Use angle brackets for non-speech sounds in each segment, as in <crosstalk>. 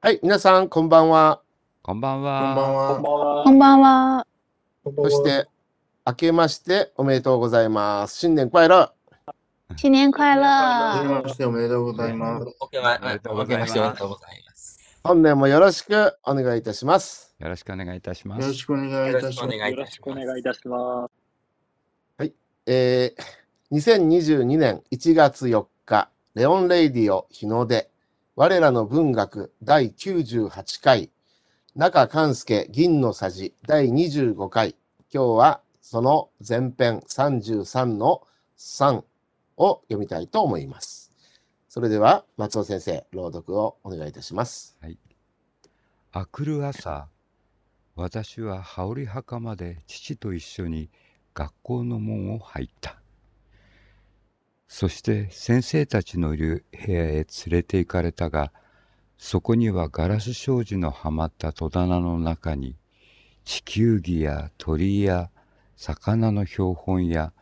はい、皆さん、こんばんは。こんばんこは。んばんこんは。ばんは。こんばんは。そして、明けましておめでとうございます。新年快乐。新年快はじめ乐！ましておめでとうございます。おけまおめでとうごおざけいまますしておめでとうございます。本年もよろしくお願いいたします。よろしくお願いいたしまよろしす。くお願いいたします。願いいよろたししくおます願いいたします。えー、2022年1月4日、レオンレイディオ日の出、我らの文学第98回、中勘介銀のさじ第25回、今日はその前編33の3を読みたいと思います。それでは松尾先生、朗読をお願いいたします。あくる朝、私は羽織袴で父と一緒に学校の門を入った。そして先生たちのいる部屋へ連れて行かれたが、そこにはガラス障子のはまった戸棚の中に、地球儀や鳥や魚の標本や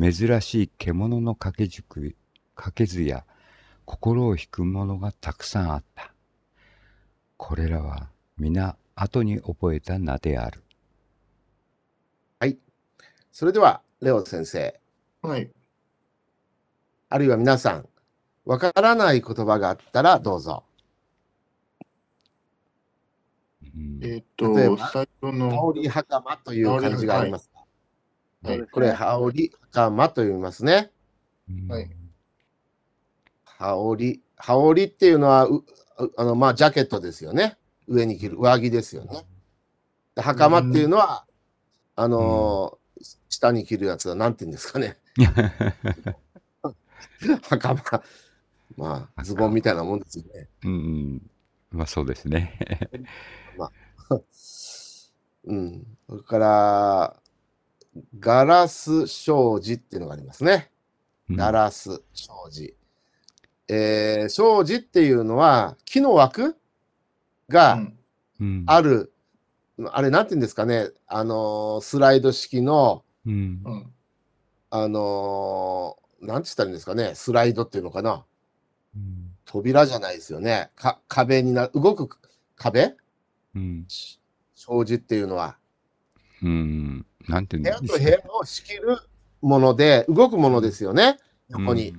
珍しい獣の掛け軸掛け図や心を引くものがたくさんあった。これらは皆後に覚えた名である。それでは、レオ先生、はい。あるいは皆さん、わからない言葉があったらどうぞ。うんえっ例えと、ば最初羽の、織袴という漢字があります。はいそうですねこれ、羽織袴と読みますね。うんはい羽織。羽織っていうのは、ううあの、まあ、ジャケットですよね。上に着る上着ですよね。で袴っていうのは、あのー下に着るやつは、なんて言うんですかね。 <laughs> 袴。まあ、ズボンみたいなもんですよね。うん、まあそうですね。うん。それから、ガラス障子っていうのがありますね。ガラス障子。えー、障子っていうのは木の枠うがんうん、ある、あれなんて言うんですかね、あのースライド式の、うんうんあのーなんつったらいいんですかね、スライドっていうのかな、うん扉じゃないですよね、か壁にな動く壁うんし障子っていうのは。うん、なんていうん部で屋すと部屋を仕切るもので、動くものですよね、横に。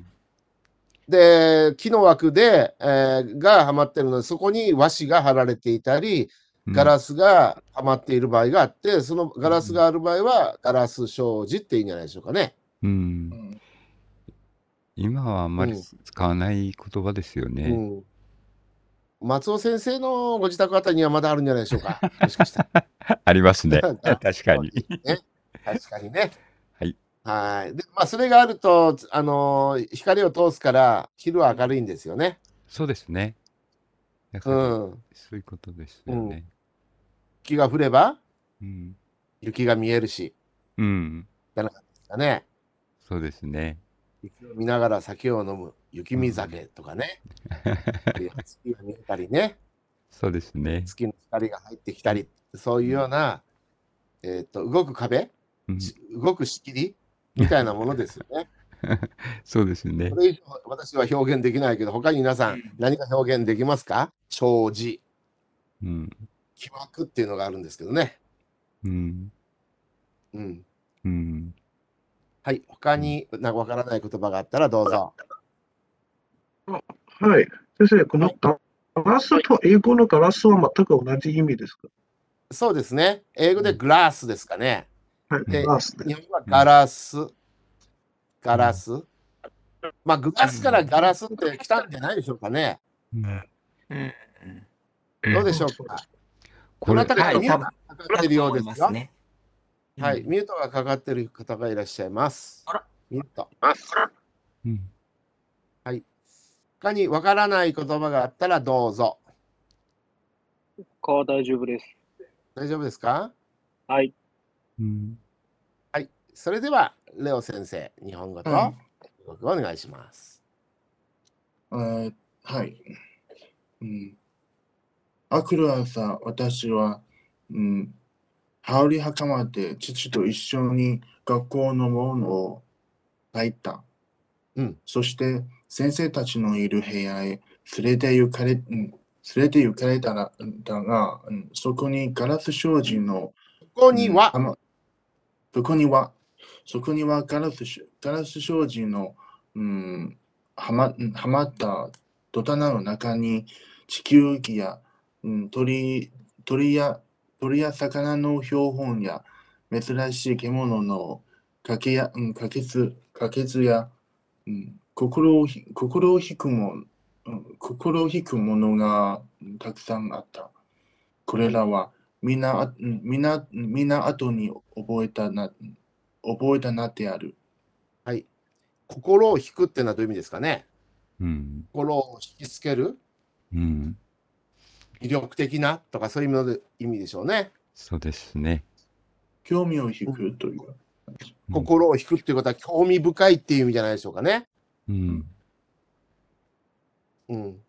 で、木の枠で、えーがはまってるので、そこに和紙が貼られていたり、ガス、ラスがはまっている場合があって、そのガラスがある場合は、ガラス障子っていいんじゃないでしょうかね。う。うんん今はあんまうんり使わない言葉ですよね。うん、松尾先生のご自宅あたりにはまだあるんじゃないでしょう <laughs> か。もしかしたらありますね。なんか <laughs> 確かに。確かにね。はい。はい。で、まあ、それがあると、あのー光を通すから、昼は明るいんですよね。そうですね。だかうらん。そういうことですよね。雪が降れば、うん。雪が見えるし、うん。だね。そうですね。雪を見ながら酒を飲む雪見酒とかね、で月が見えたりね、そうですね。月の光が入ってきたり、そういうような、えー、と動く壁、うんし動く仕切りみたいなものですよ <laughs> ね。そうですねこ。れ以上私は表現できないけど、他に皆さん何か表現できますか障子、うん。木枠っていうのがあるんですけどね。うん。うん、うん。はい、他になんかわからない言葉があったらどうぞ。はい。先生、このガラスと英語のガラスは全く同じ意味ですかそうですね。英語でグラスですかね。はい。えガラスで。日本はガラス、ガラス。まあ、グラスからガラスって来たんじゃないでしょうかね。どうでしょうか。ここのれ辺、りはにいミュートがかかっているようですよ。ね。はい、ミュートがかかっている方がいらっしゃいますあら。ミュート。うん他にわからない言葉があったらどうぞ。他は大丈夫です。大丈夫ですかはい。うん。はい。それでは、レオ先生、日本語とはい中国語お願いします。えーはい。うん。あくる朝、私は、うん、羽織袴で父と一緒に学校の門を入った。うんそして、先生たちのいる部屋へ連れて行かれ、うん連れて行かれたらだが、うんそこにガラス商人のここには、うんあのそこには、そこにはガラスし、ガラス障子の、うん、はま、うんはまった戸棚の中に、地球儀や、うん、鳥、鳥や、鳥や魚の標本や、珍しい獣のかけや、うん、かけつ、かけつや、うん、心をひ、心を引くも、うん、心を引くものが、うんたくさんあった。これらは、みんな、あうんみんな、うんみんな後に覚えたな、うん覚えたなってある。はい、心を引くってのはどういう意味ですかねうん。心を引きつけるうん。魅力的なとかそういう意味の意味でしょうね。そうですね。興味を引くという。うん心を引くっていうことは興味深いっていう意味じゃないでしょうかね。うん。うん。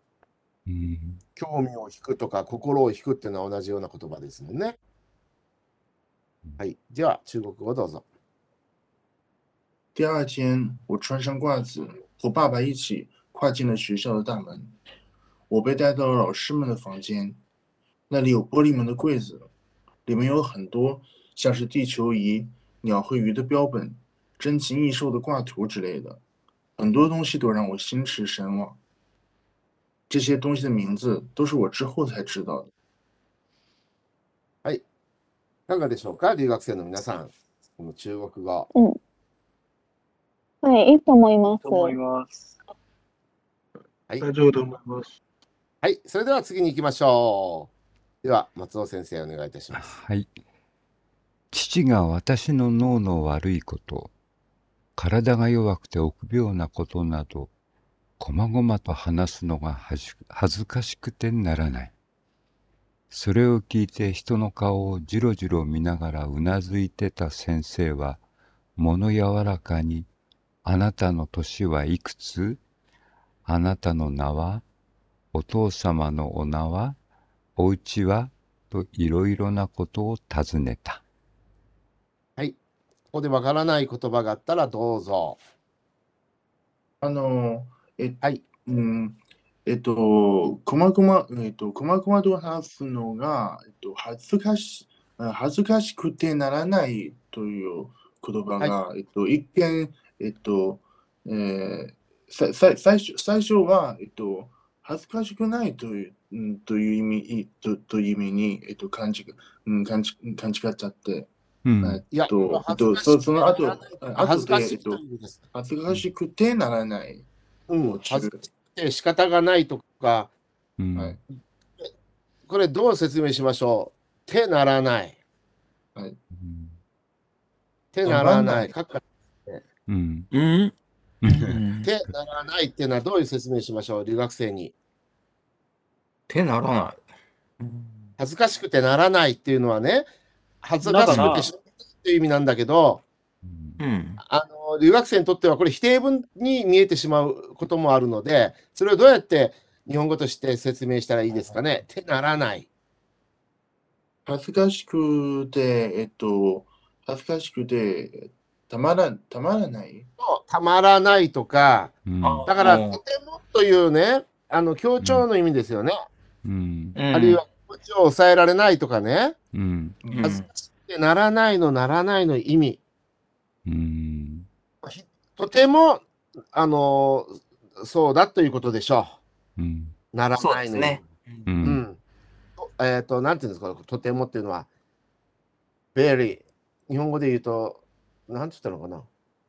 うん。興味を引くとか心を引くっていうのは同じような言葉ですもんね。はい。では、中国語どうぞ。第二天，我穿上褂子，和爸爸一起跨进了学校的大门。我被带到了老师们的房间，那里有玻璃门的柜子，里面有很多像是地球仪、鸟和鱼的标本、珍奇异兽的挂图之类的，很多东西都让我心驰神往。这些东西的名字都是我之后才知道的。いかがでしょうか留学生の皆さん。この中国語。はい、いいと思いますと。思います。大丈夫だと思います。はい。それでは次に行きましょう。では、松尾先生お願いいたします。はい。父が私の脳の悪いこと、体が弱くて臆病なことなど、こまごまと話すのが恥ず恥ずかしくてならない。それを聞いて人の顔をじろじろ見ながらうなずいてた先生は、物柔らかに、あなたの年はいくつあなたの名はお父様のお名はお家はといろいろなことを尋ねた。ここでわからない言葉があったらどうぞ。あの、え、はい。うん、えっと、こまごま、えっと、こまごまと話すのが、えっと、恥ずかし、あ恥ずかしくてならないという言葉が、えっと、一見、えっと、えーさ、さ、最初、最初は、えっと、恥ずかしくないという、うん、という意味、いと、という意味に、えっと、感じ、うん、感じ、勘違っちゃって、うんえっいや、と、えっと、そ、その後、後恥ずかで、しえいっととい、う意味です。恥ずかしくてならない。うん、恥ずかしくて仕方がないとか、うんはいこれどう説明しましょう手ならない。うん手ならならなないい。かっかうんうん手ならないっていうのはどういう説明しましょう留学生に。手ならない。恥ずかしくてならないっていうのはね、恥ずかしくてしょうがないっていう意味なんだけど、うんうん。あの留学生にとってはこれ否定文に見えてしまうこともあるので、それをどうやって日本語として説明したらいいですかね。手ならない。恥ずかしくて、えっと、恥ずかしくて、たまら、たまらない。とたまらないとか、うんあだから、うんとてもというね、あの強調の意味ですよね。うんああるいは、気持ちを抑えられないとかね、うんううん恥ずかしくてならないのならないの意味、うんとても、あのそうだということでしょうんう。ならそうなでいすのね。う意味。うんん。とえっ、と、なんていうんですか、とてもっていうのは、very、日本語で言うと、なんて言ったのかな、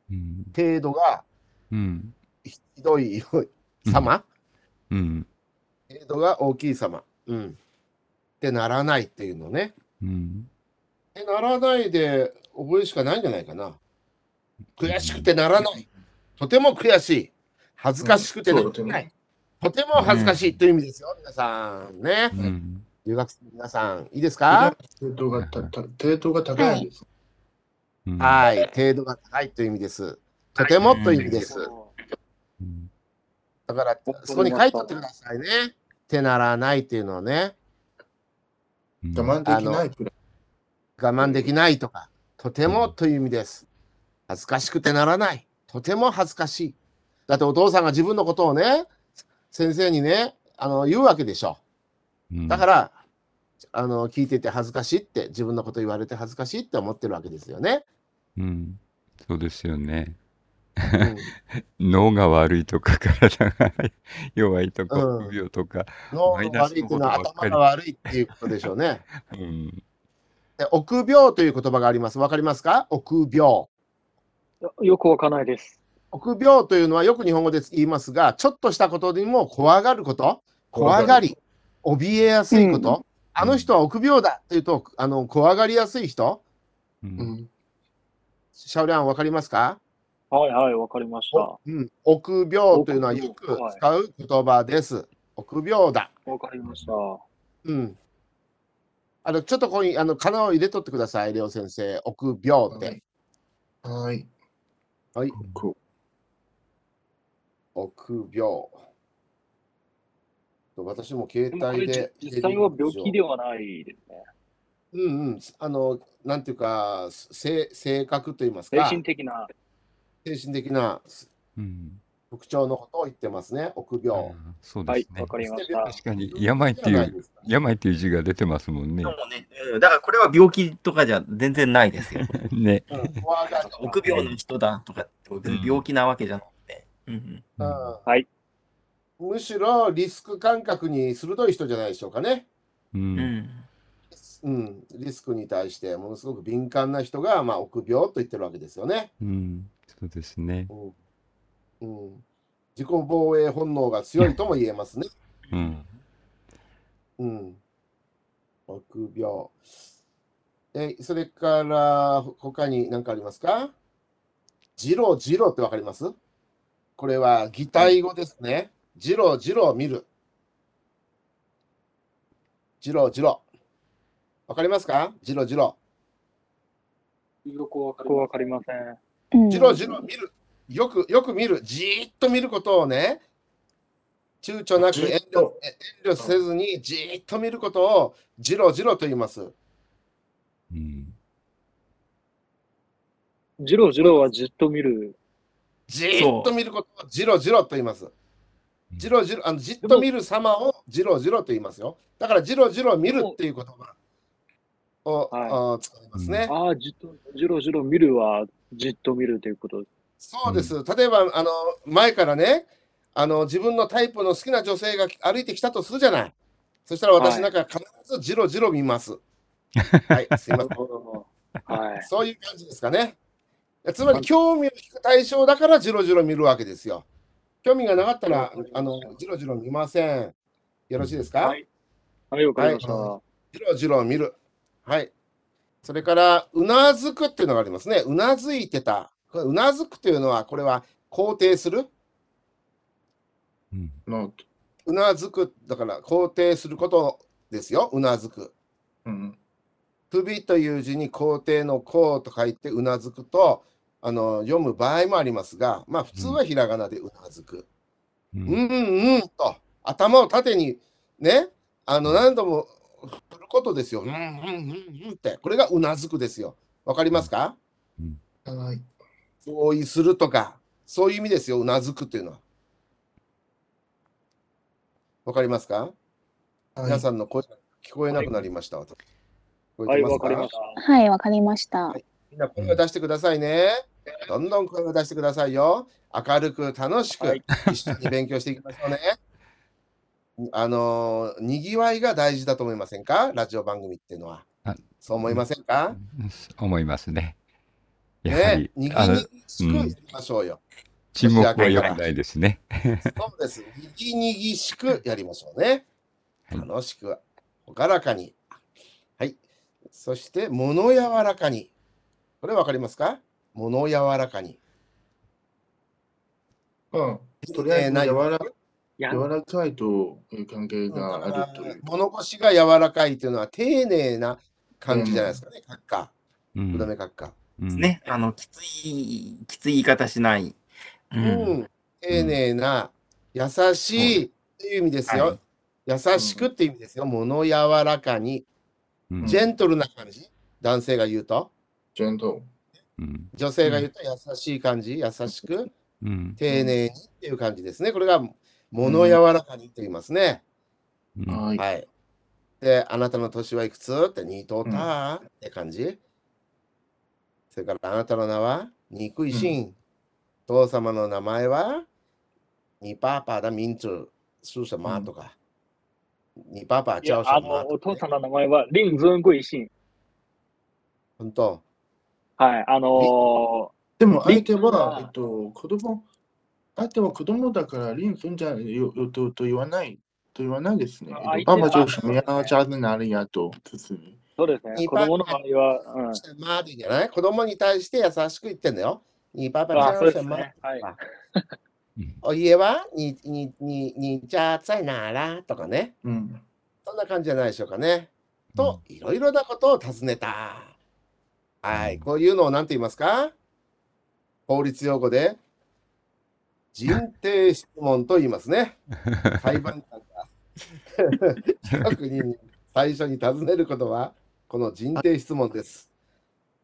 うん程度がうんひどい様、うん程度が大きい様。うん。ってならないっていうのね。うんえ、ならないで覚えるしかないんじゃないかな。悔しくてならない。とても悔しい。恥ずかしくてならない。とても恥ずかしいという意味ですよ、皆さん。ね。うん留学生の皆さん、いいですか、程度がた、た、程度が高いです。うんはい。程度が高いという意味です。とてもという意味です。うんだから、そこに書いておいてくださいね。てならないっていうのをね。うん我慢できないくらい。我慢できないとか、とてもという意味です。恥ずかしくてならない。とても恥ずかしい。だってお父さんが自分のことをね、先生にね、あの、言うわけでしょ。うんだから、あの、聞いてて恥ずかしいって、自分のこと言われて恥ずかしいって思ってるわけですよね。うん、そうですよね。 <laughs> うん脳が悪いとか体が弱いとかうん不病とか、脳マイがナス悪いっていのこうとのばはっかり頭が悪いっていうことでしょうね。うんで臆病という言葉があります。わかりますか臆病。よよくわかんないです。臆病というのはよく日本語で言いますが、ちょっとしたことにも怖がること、怖がり、怯えやすいこと、あの人は臆病だというと、あの怖がりやすい人、ううんん、シャオリャンわかりますか、はいはい、わかりました。わうん、臆病というのはよく使う言葉です。臆病だ。かりました。うん。あの、ちょっとここに、あの、仮名を入れとってください、レオ先生。臆病って。はい。はい。こ臆病。私も携でもこ帯れでじ。実際は病気ではないですね。うんうん、あの、なんていうか、性性格といいます精か、神的な。精神的なうん特徴のことを言ってますね、臆あ病。ーそうではいす、ねわ。かりました。確かに病っていう、病っていう字が出てますもんねで。もね、うんだからこれは病気とかじゃ全然ないですよ。 <laughs> ね。うん怖がり臆病の人だとかって別に病気なわけじゃなくて。うんうんうんはいむしろリスク感覚に鋭い人じゃないでしょうかね。う。うんんうん、リスクに対してものすごく敏感な人が、まあ、臆病と言ってるわけですよね。うん。そうですね。うんうん、自己防衛本能が強いとも言えますね。うん。うん。臆病。え、それから、ほ他に何かありますかジロジロってわかりますこれは擬態語ですね。ジロジロ見る。ジロジロ。わかりますかジロジロ。よくわかりません。うんジロジロ見る。よく、よく見る。じーっと見ることをね、躊躇なくじー遠っ慮と遠慮せずに、じーっと見ることをジロジロと言います。うん。ジロジロはじっと見る。じーっと見ることをじろじろと言います。じろじろ、あのじっと見る様をじろじろと言いますよ。だからじろじろ見るっていう言葉を、はいあ使いますね。ああ、じっと、ジロジロ見るはじっと見るということです。そうです。例えば、あの、前からね、あの、自分のタイプの好きな女性が歩いてきたとするじゃない。そしたら私なんか必ずじろじろ見 <laughs> ます。はい、すいません。はい。そういう感じですかね。つまり興味を引く対象だからじろじろ見るわけですよ。興味がなかったらあのじろじろ見ません。よろしいですか、はいはい、わかりました。はじろじろ見る。はい。それから、うなずくっていうのがありますね。うなずいてた。これうなずくというのは、これは肯定する。うん。う、ノート。うなずく、だから肯定することですよ。うなずく。うん。首という字に肯定のこうと書いてうなずくとあの読む場合もありますが、まあ普通はひらがなでうなずく。うう。んんうんうんと頭を縦にね、あの何度も振ることですよ。うんうんうんうんって。これがうなずくですよ。わかりますかはい。同意するとか、そういう意味ですよ。うなずくというのは。わかりますか、皆さんの声が聞こえなくなりました。私聞こはえてい、ますわかかりました。はい、わかりました。みんな声を出してくださいね。どんどん声を出してくださいよ。明るく楽しはくい一緒に勉強していきましょうね。 <laughs> あのー、にぎわいが大事だと思いませんかラジオ番組っていうのはあ。そう思いませんか思いますね。やはねり、、にぎあにのぎしくいきましょうよ。沈黙は良くないですね。そうです。にぎにぎしくやりましょうね。はい楽しく、ほからかに。はい。そして、物柔らかに。これわかりますか物柔らかに。まあ、とりあえずない柔らや柔らかいという関係があるという。物腰が柔らかいというのは丁寧な感じじゃないですかね、閣下、ううどんめ閣下。うんですね。あの、きつい、きつい言い方しない。う。うんん、丁寧な、優しいという意味ですはよい。優しくっていう意味ですよ。物柔らかに、うんジェントルな感じ、男性が言うと、ジェントうん女性が言うと優しい感じ、優しく、うん丁寧にっていう感じですね。これが物柔らかにと言いますね。うル。んはい。はい。で、あなたの年はいくつって、ニートーターって感じ。それから、あなたの名は、ニクイシン。父様の名前は、ニパーパーだ、ミンチュ、スーサマーとか。ニパーパー、いチャやオ、サあマの、ーおと父か、さね。んの名前は、林尊貴信。本当。はい、あのでも相手リンは、はえっと、子供、相手は子供だから、リンすんじゃよよとと言わない、と言わないですね。あえっと、相手パはパ上司もやらちゃうなりやと、普通に。ーそうですね、ニ子パ供の場合は、うん。シャマーでいいんじゃない子供に対して優しく言ってんだよ。ニパーパー、あ、チャそうオ、でサすマーね。。はい。うんお家は、に、に、に、に、じゃあ、さいならとかね。うん。そんな感じじゃないでしょうかね。と、いろいろなことを尋ねた。はうい、んこういうのを何て言いますか法律用語で人定質問と言います <laughs> ね。裁判官が各人に最初に尋ねることはこの人定質問です。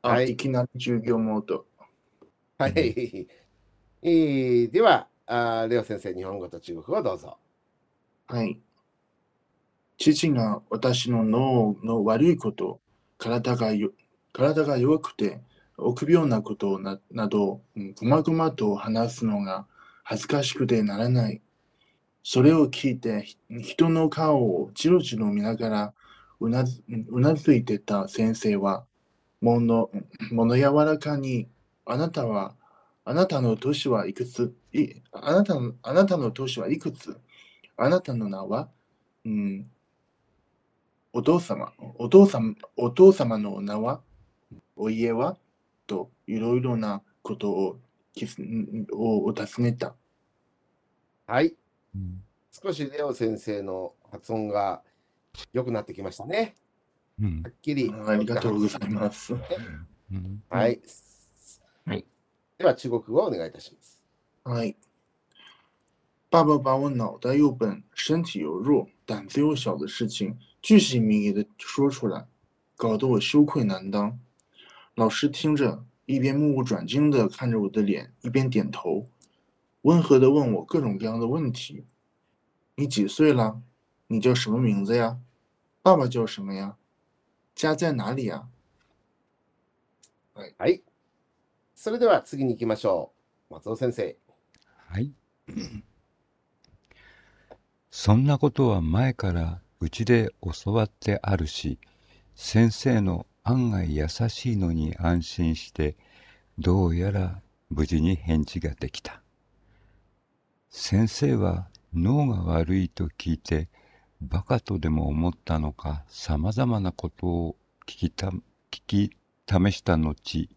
あ、はいい、きなり従業モード。はい。うんえーではあー、レオ先生、日本語と中国語をどうぞ。はい。父が私の脳の悪いこと、体がよ、体が弱くて、臆病なことな、など、うんごまごまと話すのが恥ずかしくてならない。それを聞いて、ひ人の顔をじろじろ見ながら、うなず、うんうなずいてた先生は、もの、物柔らかに、あなたは、あなたの年はいくつ、い、あなたの、あなたの年はいくつあなたの名は、うん、お父様、お父様、お父様のお名は、お家は、といろいろなことをきすんをお尋ねた。はい。うん少しレオ先生の発音が良くなってきましたね。うんはっきり。ありがとうございます。うんはい。はい。では中国語をお願いいたします。哎，爸爸把我脑袋又笨、身体又弱、胆子又小的事情巨细靡遗的说出来，搞得我羞愧难当。老师听着，一边目不转睛的看着我的脸，一边点头，温和的问我各种各样的问题：“你几岁了？你叫什么名字呀？爸爸叫什么呀？家在哪里呀はい。それでは次に行きましょう。松尾先生。はい。そんなことは前からうちで教わってあるし、先生の案外優しいのに安心して、どうやら無事に返事ができた。先生は脳が悪いと聞いて、バカとでも思ったのか、様々なことを聞きた、聞き試した後、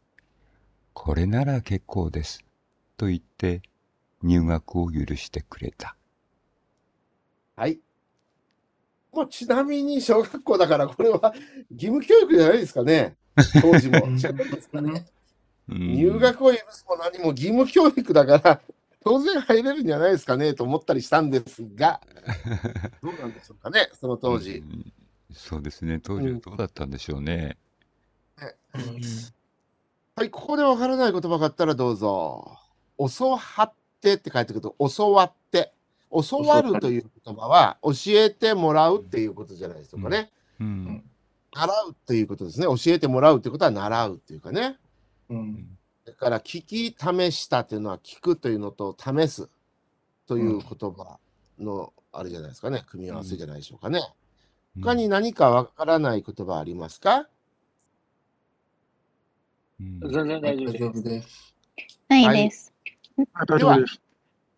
これなら結構です。と言って入学を許してくれた。はい。もうちなみに小学校だからこれは義務教育じゃないですか <laughs> ね。当時も。うん違いますかね入入学を許すも何も義務教育だから当然入れるんじゃないですかねと思ったりしたんです <laughs> が、どうなんでしょうかね、その当時。そうですね、当時はどうだったんでしょうね。はい、ここでわからない言葉があったらどうぞ。教わってって書いてくると、教わって。教わるという言葉は、教えてもらうっていうことじゃないでしょうかね。うん習うということですね。教えてもらうということは習うというかね。？”嗯。だから、聞き、試したというのは、聞くというのと、試すという言葉の、あれじゃないですかね。組み合わせじゃないでしょうかね。他に何かわからない言葉ありますかうん全然大丈夫大丈です。夫です。ないです。あ大丈夫です。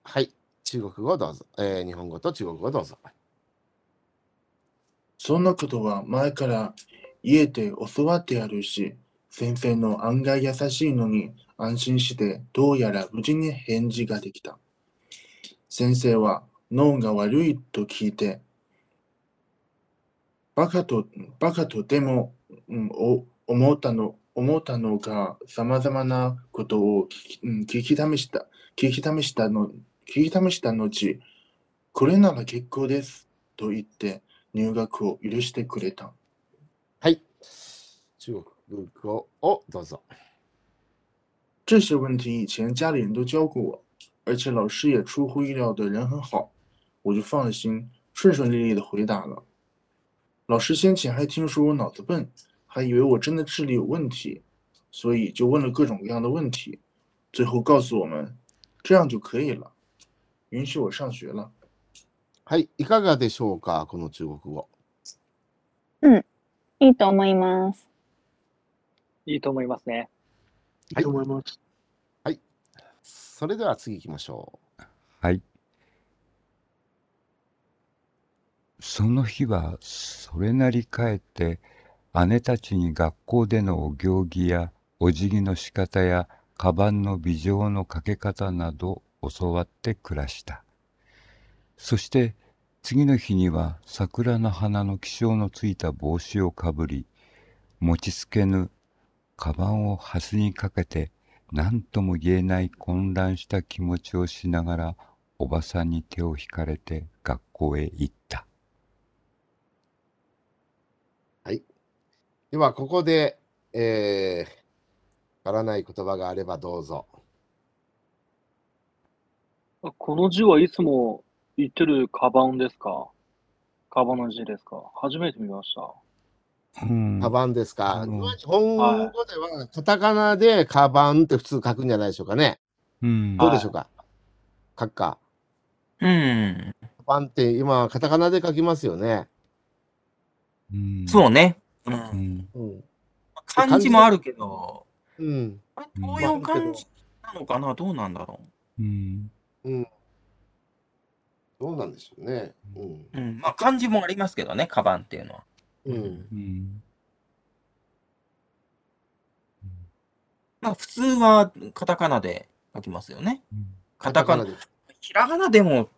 はい。中国語どうぞ。えー日本語と中国語どうぞ。そんなことは前から家で教わってあるし、先生の案外優しいのに安心してどうやら無事に返事ができた。先生は脳が悪いと聞いて、バカと、バカとでも、うん、お思ったの、思ったのが様々なことを聞き,、うん、聞き試した、聞き試したの、聞き試した後、これなら結構ですと言って、入学を許してくれた。はい。中国語をどうぞ。这些问题以前家里人都教过我，而且老师也出乎意料的人很好，我就放了心，顺顺利利的回答了。老师先前还听说我脑子笨，还以为我真的智力有问题，所以就问了各种各样的问题，最后告诉我们，这样就可以了，允许我上学了。はい、いかがでしょうか、この中国語。いいと思います。いいと思いますね。いいと思います。それでは次行きましょはい。その日はそれなり帰って姉たちに学校でのお行儀やお辞儀の仕方やカバンの微錠のかけ方など教わって暮らした。そして次の日には桜の花の気象のついた帽子をかぶり持ちつけぬカバンを蓮にかけて何とも言えない混乱した気持ちをしながらおばさんに手を引かれて学校へ行った。う。では、ここで、えー、わからない言葉があればどうぞ。あこの字はいつも言ってるカバンですかカバンの字ですか初めて見ました。うんカバンですか。あの日本語では、カタカナでカバンって普通書くんじゃないでしょうかね。うんどうでしょうか。書くか。うん。カバンって今、カタカナで書きますよね。うんそうね。う。うんんうん。漢字もあるけど、うん。これどういう漢字なのかなどうなんだろうんどうなんでしょうね。うん。う。うん。まあ漢字もありますけどね、カバンっていうのは。うん。うんまあ普通はカタカナで書きますよね。カタカナ。で。ひらがなでも、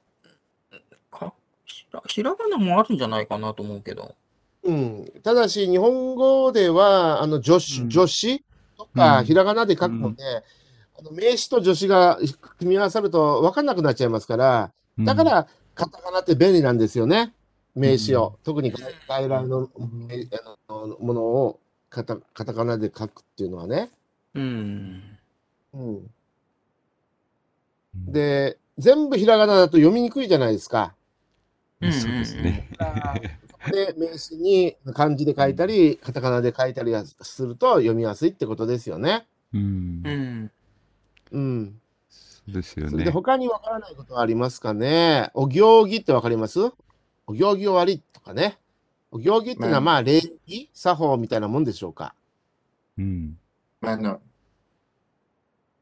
かひらひらがなもあるんじゃないかなと思うけど。うん。ただし、日本語では、あの、助手、うん助詞とか、うんひらがなで書くので、あの名詞と助詞が組み合わさると分かんなくなっちゃいますから、うんだから、カタカナって便利なんですよね。名詞を。特に外外来のえあのものをカタカタカナで書くっていうのはね。うん。うん、うんで、全部ひらがなだと読みにくいじゃないですか。うんそうですね。で、名詞に漢字で書いたり、カタカナで書いたりはすると読みやすいってことですよね。うんうん。うん。そうですよそれでね。他にわからないことはありますかねお行儀ってわかりますお行儀終わりとかね。お行儀っていうのはうんまあ礼儀作法みたいなもんでしょうか。うんマナー。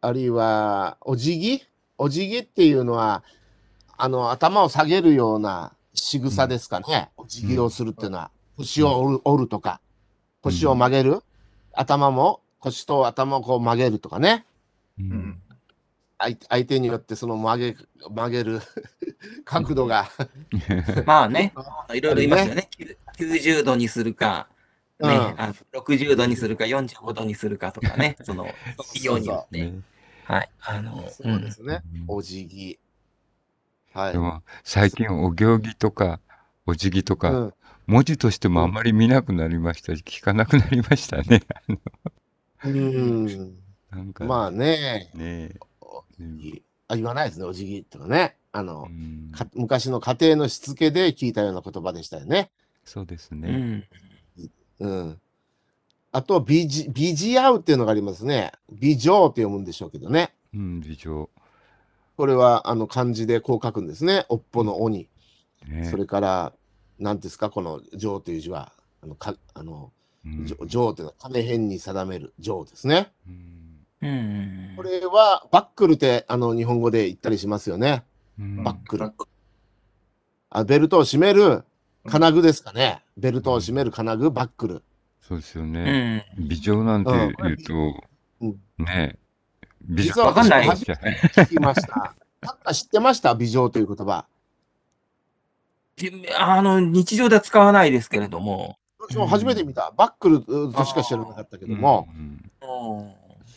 あるいはお辞儀お辞儀っていうのはあの頭を下げるような仕草ですかね、お辞儀をするっていうのは、腰を折る折るとか腰を曲げる、頭も腰と頭をこう曲げるとかねううん <laughs> ん相相手によってその曲げ曲げる <laughs> 角度が、まあね、いろいろいますよね。90度にするか、ね、うんあ60度にするか、45度にするかとかね、その、企業によって。ねはい。あの、うそうでん。すね、お辞儀はいでも最近お行儀とかお辞儀とうかん、文字としてもあまり見なくなりましたし聞かなくなりました <laughs> ね。うん、なんかまあねねえあ言わないですねお辞儀とかねあの、うんか昔の家庭のしつけで聞いたような言葉でしたよね。そうですうね。ん。うん。あと、ビジ、ビジアウっていうのがありますね。ビジョウって読むんでしょうけどね。うん、微情。これは、あの、漢字でこう書くんですね。おっぽの鬼。ねそれから、何ですか、この、上という字は。あの、か、あの、うん上上っていうのは、金辺に定める上ですね。うんうん。これは、バックルって、あの、日本語で言ったりしますよね。うんバックルバックあ、ベルトを締める、金具ですかね。ベルトを締める金具、バックル。そうですようね。ん。美女なんて言ううとん、ねえ、美実はわかんない私も初めて聞きま <laughs> した。たった知ってました美女という言葉。であの、日常では使わないですけれども、私も初めて見た。バックルとしか知らなかったけども、うんうん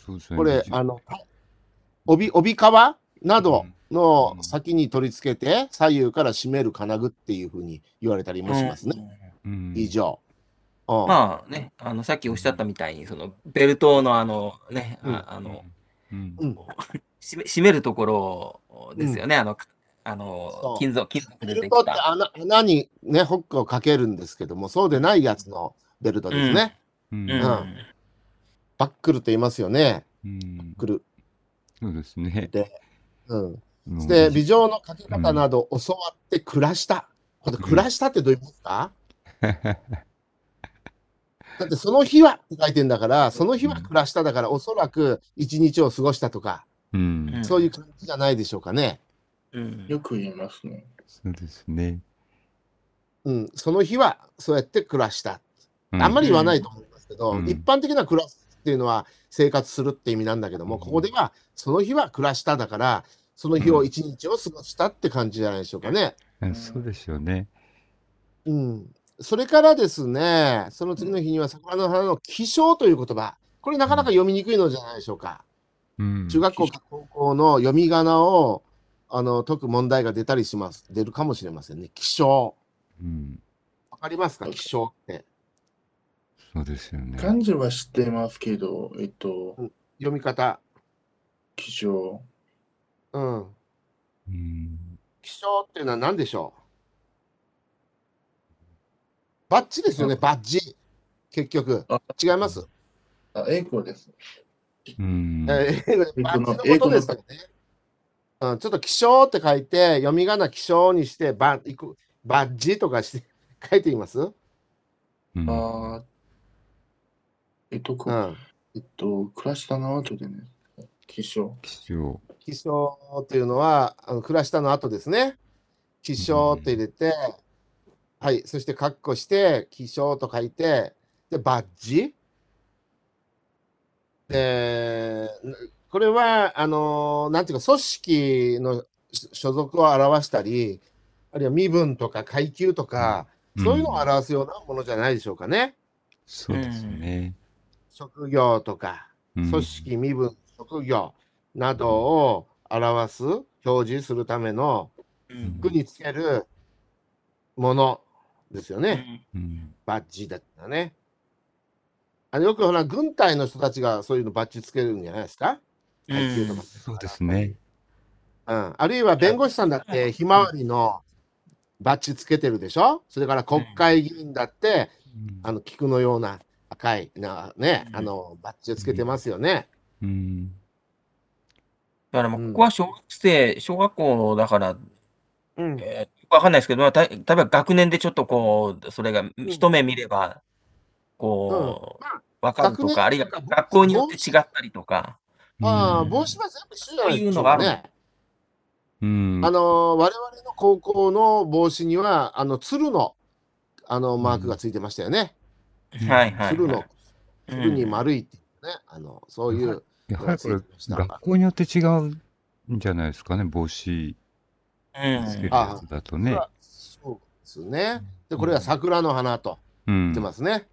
そうですよねこれ、美女あの、帯、帯皮などのうん先に取り付けて、左右から締める金具っていうふうに言われたりもしますね。うん以上。うんまあね、あの、さっきおっしゃったみたいに、その、ベルトのあの、ね、うんああの、うんうん締め締めるところですよね、あの、あのそう、金属、金属ベででルトきってた。穴穴にね、ホックをかけるんですけども、そうでないやつのベルトですね。ううんん。んバックルって言いますよね。うんバックル。そうですね。うん。うんそして、微状のかけ方など教わって暮らした。これ、暮らしたってどういうことか、だって、その日はって書いてんだから、その日は暮らしただから、おそらく一日を過ごしたとか、うん。んそういう感じじゃないでしょうかね。うんよく言いますね。そうですね。うん。その日は、そうやって暮らした。うんあんまり言わないと思いますけど、うん一般的な暮らすっていうのは生活するって意味なんだけども、うんここではその日は暮らしただから、その日をうん一日を過ごしたって感じじゃないでしょうかね。うんそうでしょうね。うん。それからですね、その次の日には桜の花の気象という言葉、これなかなか読みにくいのじゃないでしょうか。うん。中学校か高校の読み仮名をあの解く問題が出たりします。出るかもしれませんね。気象。うん。わかりますか気象って。そうですよね。漢字は知ってますけど、えっと、読み方。気象、うん。うん。気象っていうのは何でしょうバッジですよね、バッジ。結局あ。違います。あ、英語です。うん。えー英バ語ッジののことですよね。うん、ちょっと気象って書いて、読み仮名気象にしてバ、いくバッジとかして <laughs> 書いていますうん。うんあーえっと、こえっと、暮らしたのは後でね、気象。気象。気象っていうのは、あの暮らしたの後ですね。気象って入れて、はい、そして括弧して、気象と書いて、で、バッジで、なこれは、あのーなんていうか、組織の所所属を表したり、あるいは身分とか階級とか、そういうのをん表すようなものじゃないでしょうかね。そうですね。職業とか、うん組織、身分、職業などを表す、表示するためのうん服につけるものですよね。うん。バッジだったね。あのよくほら、軍隊の人たちがそういうのバッジつけるんじゃないですか、うん階級とかそうですね。うん。あるいは弁護士さんだって、ひまわりのバッジつけてるでしょそれから国会議員だって、あの菊のような赤いな、ね、うんあのバッジをつけてますよね。うん。だからもうここは小学生、小学校だから、うんえーよくわかんないですけど、まあた例えば学年でちょっとこう、それが一目見れば、こうんまあう、わかると学か、年あるいはとか学校によって違ったりとか。ああ、うん帽子は全部一緒じゃないでしょうそういうのがあかるね。うん。あのー我々の高校の帽子にはあの鶴のあのマークがついてましたよね。うんはいはい鶴はのい。鶴にうん丸いっていうね、あのそういう、やはりこれついてました学校によって違うんじゃないですかね。帽子うんつけるやつだとね。そうですね。でこれは桜の花とう言んって。ますね。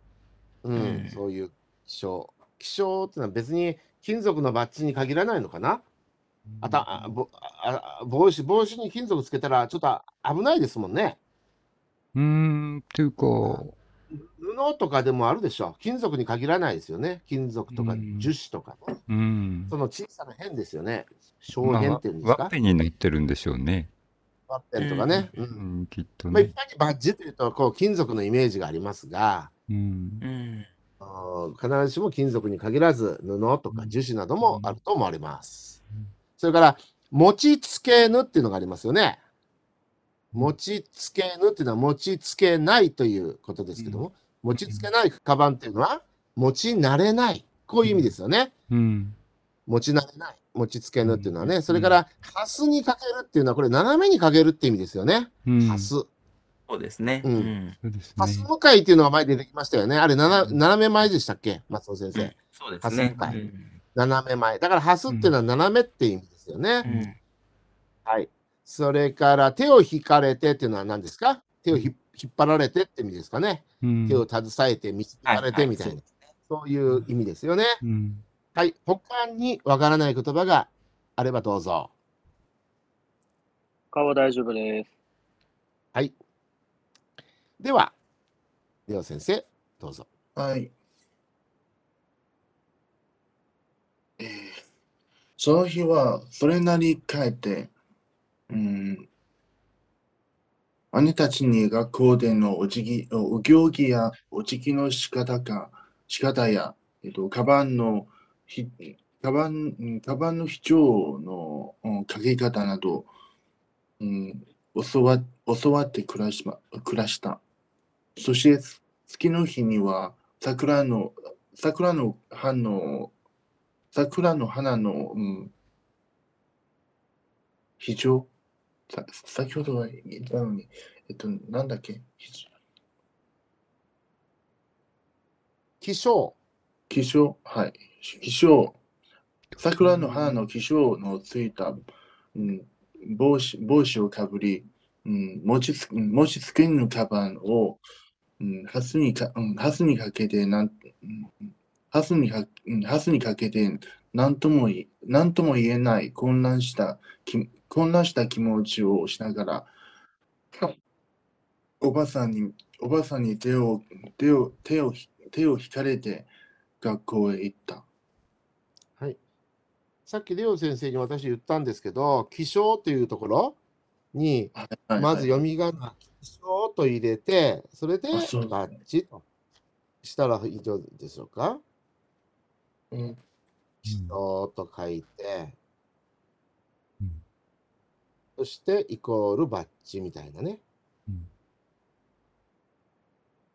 うん、うんそういう気象気象ってのは別に金属のバッジに限らないのかな。あたあぼああ帽子帽子に金属つけたらちょっと危ないですもんね。うん。っていうか、布とかでもあるでしょ金属に限らないですよね金属とかうん樹脂とか、うん。その小さな辺ですよね小辺っていうんですまあかワッ、ペンになってるんでしょうね。ワッペンとかね、ううんん、きっとまあ、一ね。般にバッジというとこう金属のイメージがありますがうんう。んうん必ずしも金属に限らず布とか樹脂などもあると思われます、うんそれから持ちつけぬっていうのがありますよね持ちつけぬっていうのは持ちつけないということですけども、持ちつけないカバンっていうのは持ち慣れないこういう意味ですよね、うん。持ち慣れない、持ちつけぬっていうのはうね、んそれから、ハスにかけるっていうのは、これ、斜めにかけるって意味ですよね、うんハス。そそうですね。うんうんうですハスね。向かいっていうのが前に出てきましたよね、あれ、ななうん斜め前でしたっけ、松尾先う生ん。そうですハスね。向かいうん斜め前。だから、ハスっていうのは斜めって意味ですよね。うんはい。それから、手を引かれてっていうのは何ですか手をひ引っ張られてって意味ですかね。うん手を携えて、導かれてみたいな、そういう意味ですよね。うん。はい。他にわからない言葉があればどうぞ。他は大丈夫です。では、レオ先生、どうぞ。はい。えーその日は、それなり帰って、うん、姉たちに学校でのお辞儀、おお行儀やお辞儀の仕方か、仕方や、えっと、カバンのひ、カバン、うんカバンの非常の、うん、かけ方など、うん、教わ、教わって暮らしま、暮らした。そして、月の日には、桜の、桜の花の、桜の花の、うん、非常さ、先ほどは言ったのに、えっと、なんだっけ気象、気象、はい。気象、桜の花の気象のついた、うん、帽子帽子をかぶり、うん、持ちつ持ちつけぬカバンを、うん、ハスにか、うん、ハスにかけてなん、うん、ハスにか、うん、ハスにかけて何ともい、何とも言えない混乱したき混乱した気持ちをしながら、おばさんに、おばさんに手を、手を、手を、手を引かれて学校へ行った。はい。さっきレオ先生に私言ったんですけど、気象というところに、はいまず読み仮名、気象と入れて、それであそうですねバッチとしたら以上でしょうか。うんおーっと書いて、うんそしてイコールバッジみたいなね。うん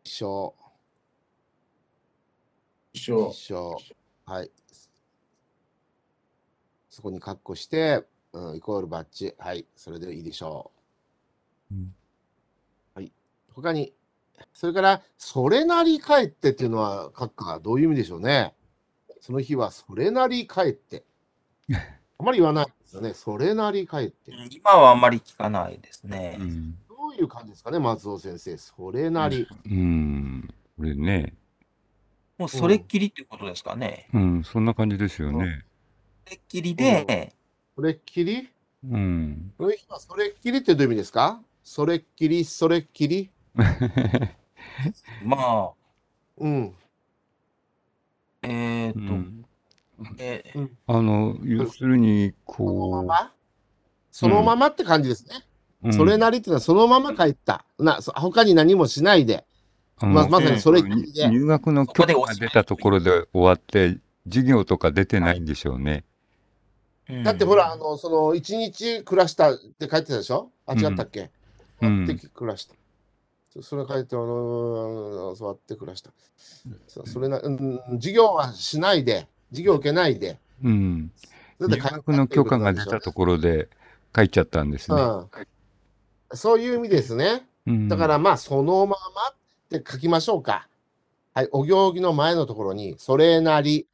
気象、一気応、象。はい。そこに括弧して、うん、イコールバッジ。はい。それでいいでしょう。うんはい。他に、それから、それなり帰ってっていうのは、括弧がどういう意味でしょうね。その日は、それなり帰って。 <laughs> あまり言わないですよね。それなり帰って。今はあんまり聞かないですねう。ん。どういう感じですかね、松尾先生。それなり。うん。これね。もうそれっきりっていうことですかね。うん。そんな感じですよね。それっきりで、それっきりうん。 <laughs> その日は、それっきりってどういう意味ですかそれっきり、それっきり。まあ、うん。えーっうと、んえーあの、要するに、そのまこまそのままって感じですね。う、うんそれなりっていうのはそのまま帰った。な、そ他に何もしないで。あのままさうにんそれ一に人で。入学の許可が出たところで終わって、授業とか出てないんでしょうね。うんだってほら、あ、の、その、一日暮らしたって書いてたでしょあ、うん違ったっけ、うん座って暮らした。そそれ書いて、あのー、座って暮らした。そそれな、うん、授業はしないで、授業受けないで。うん。だって帰入ったって学の許可がい出うことたでしょところで書いちゃったんですね。うん。そういう意味ですね。うんだからまあ、そのままって書きましょうか。はい、お行儀の前のところに、それなり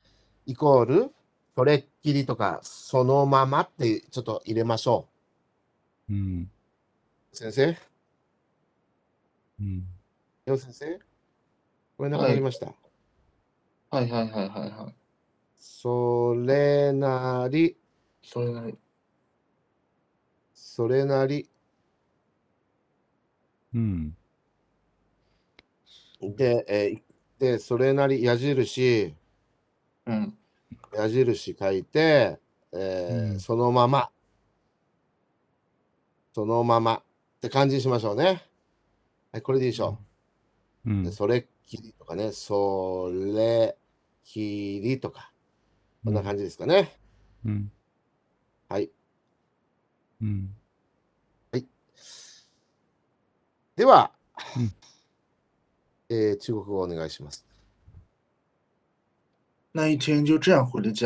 イコール、それっきりとか、そのままってちょっと入れましょうん。う。先生、うん。よ先生、これなくなりました。はいはいはいはいはい。それなり、それなり、それなりうん。で、えーで、それなり矢印、うん、矢印書いて、えーうんそのまま、そのままって感じにしましょうね。はい、これでいいでしょう。うんでそれっきりとかね、それきりとか、こんな感じですかね。うん。はい。うん。では、うんえー中国語お願いします。那一天就这样回了家，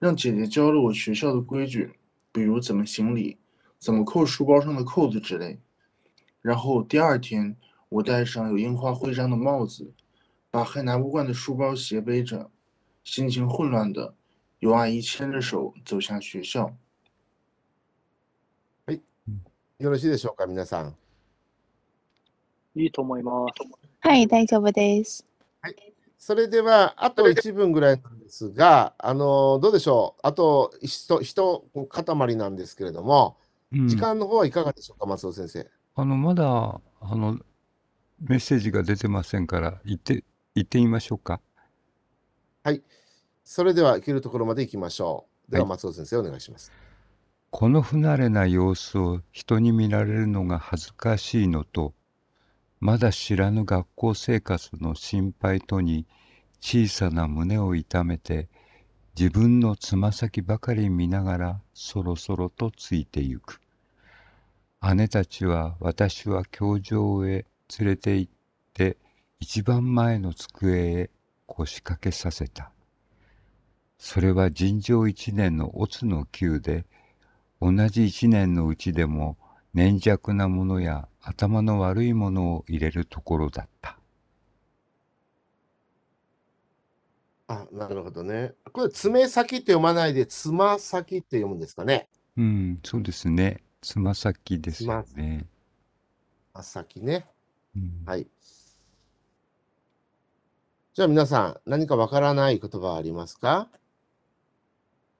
让姐姐教了我学校的规矩，比如怎么行礼，怎么扣书包上的扣子之类。然后第二天，我戴上有樱花徽章的帽子，把还拿不惯的书包斜背着，心情混乱的，由阿姨牵着手走向学校。よろしいでしょうか、皆さん。いいと思います。はい、大丈夫です。それでは、あと1分ぐらいなんですが、あのーどうでしょう。あと一、一塊なんですけれども、うん時間の方はいかがでしょうか、松尾先生。あの、まだ、あの、メッセージが出てませんから、行って、行ってみましょうか。それでは、行けるところまで行きましょう。では、はい松尾先生、お願いします。この不慣れな様子を人に見られるのが恥ずかしいのと、まだ知らぬ学校生活の心配とに小さな胸を痛めて、自分のつま先ばかり見ながらそろそろとついてゆく。姉たちは私は教場へ連れて行って一番前の机へ腰掛けさせた。それは尋常一年の乙の級で、同じ一年のうちでも粘弱なものや頭の悪いものを入れるところだった。あ、なるほどね。これ、爪先って読まないで、つま先って読むんですかね。うん、そうですね。つま先ですよつまね。あ、先ね。うんはい。じゃあ皆さん、何かわからない言葉はありますか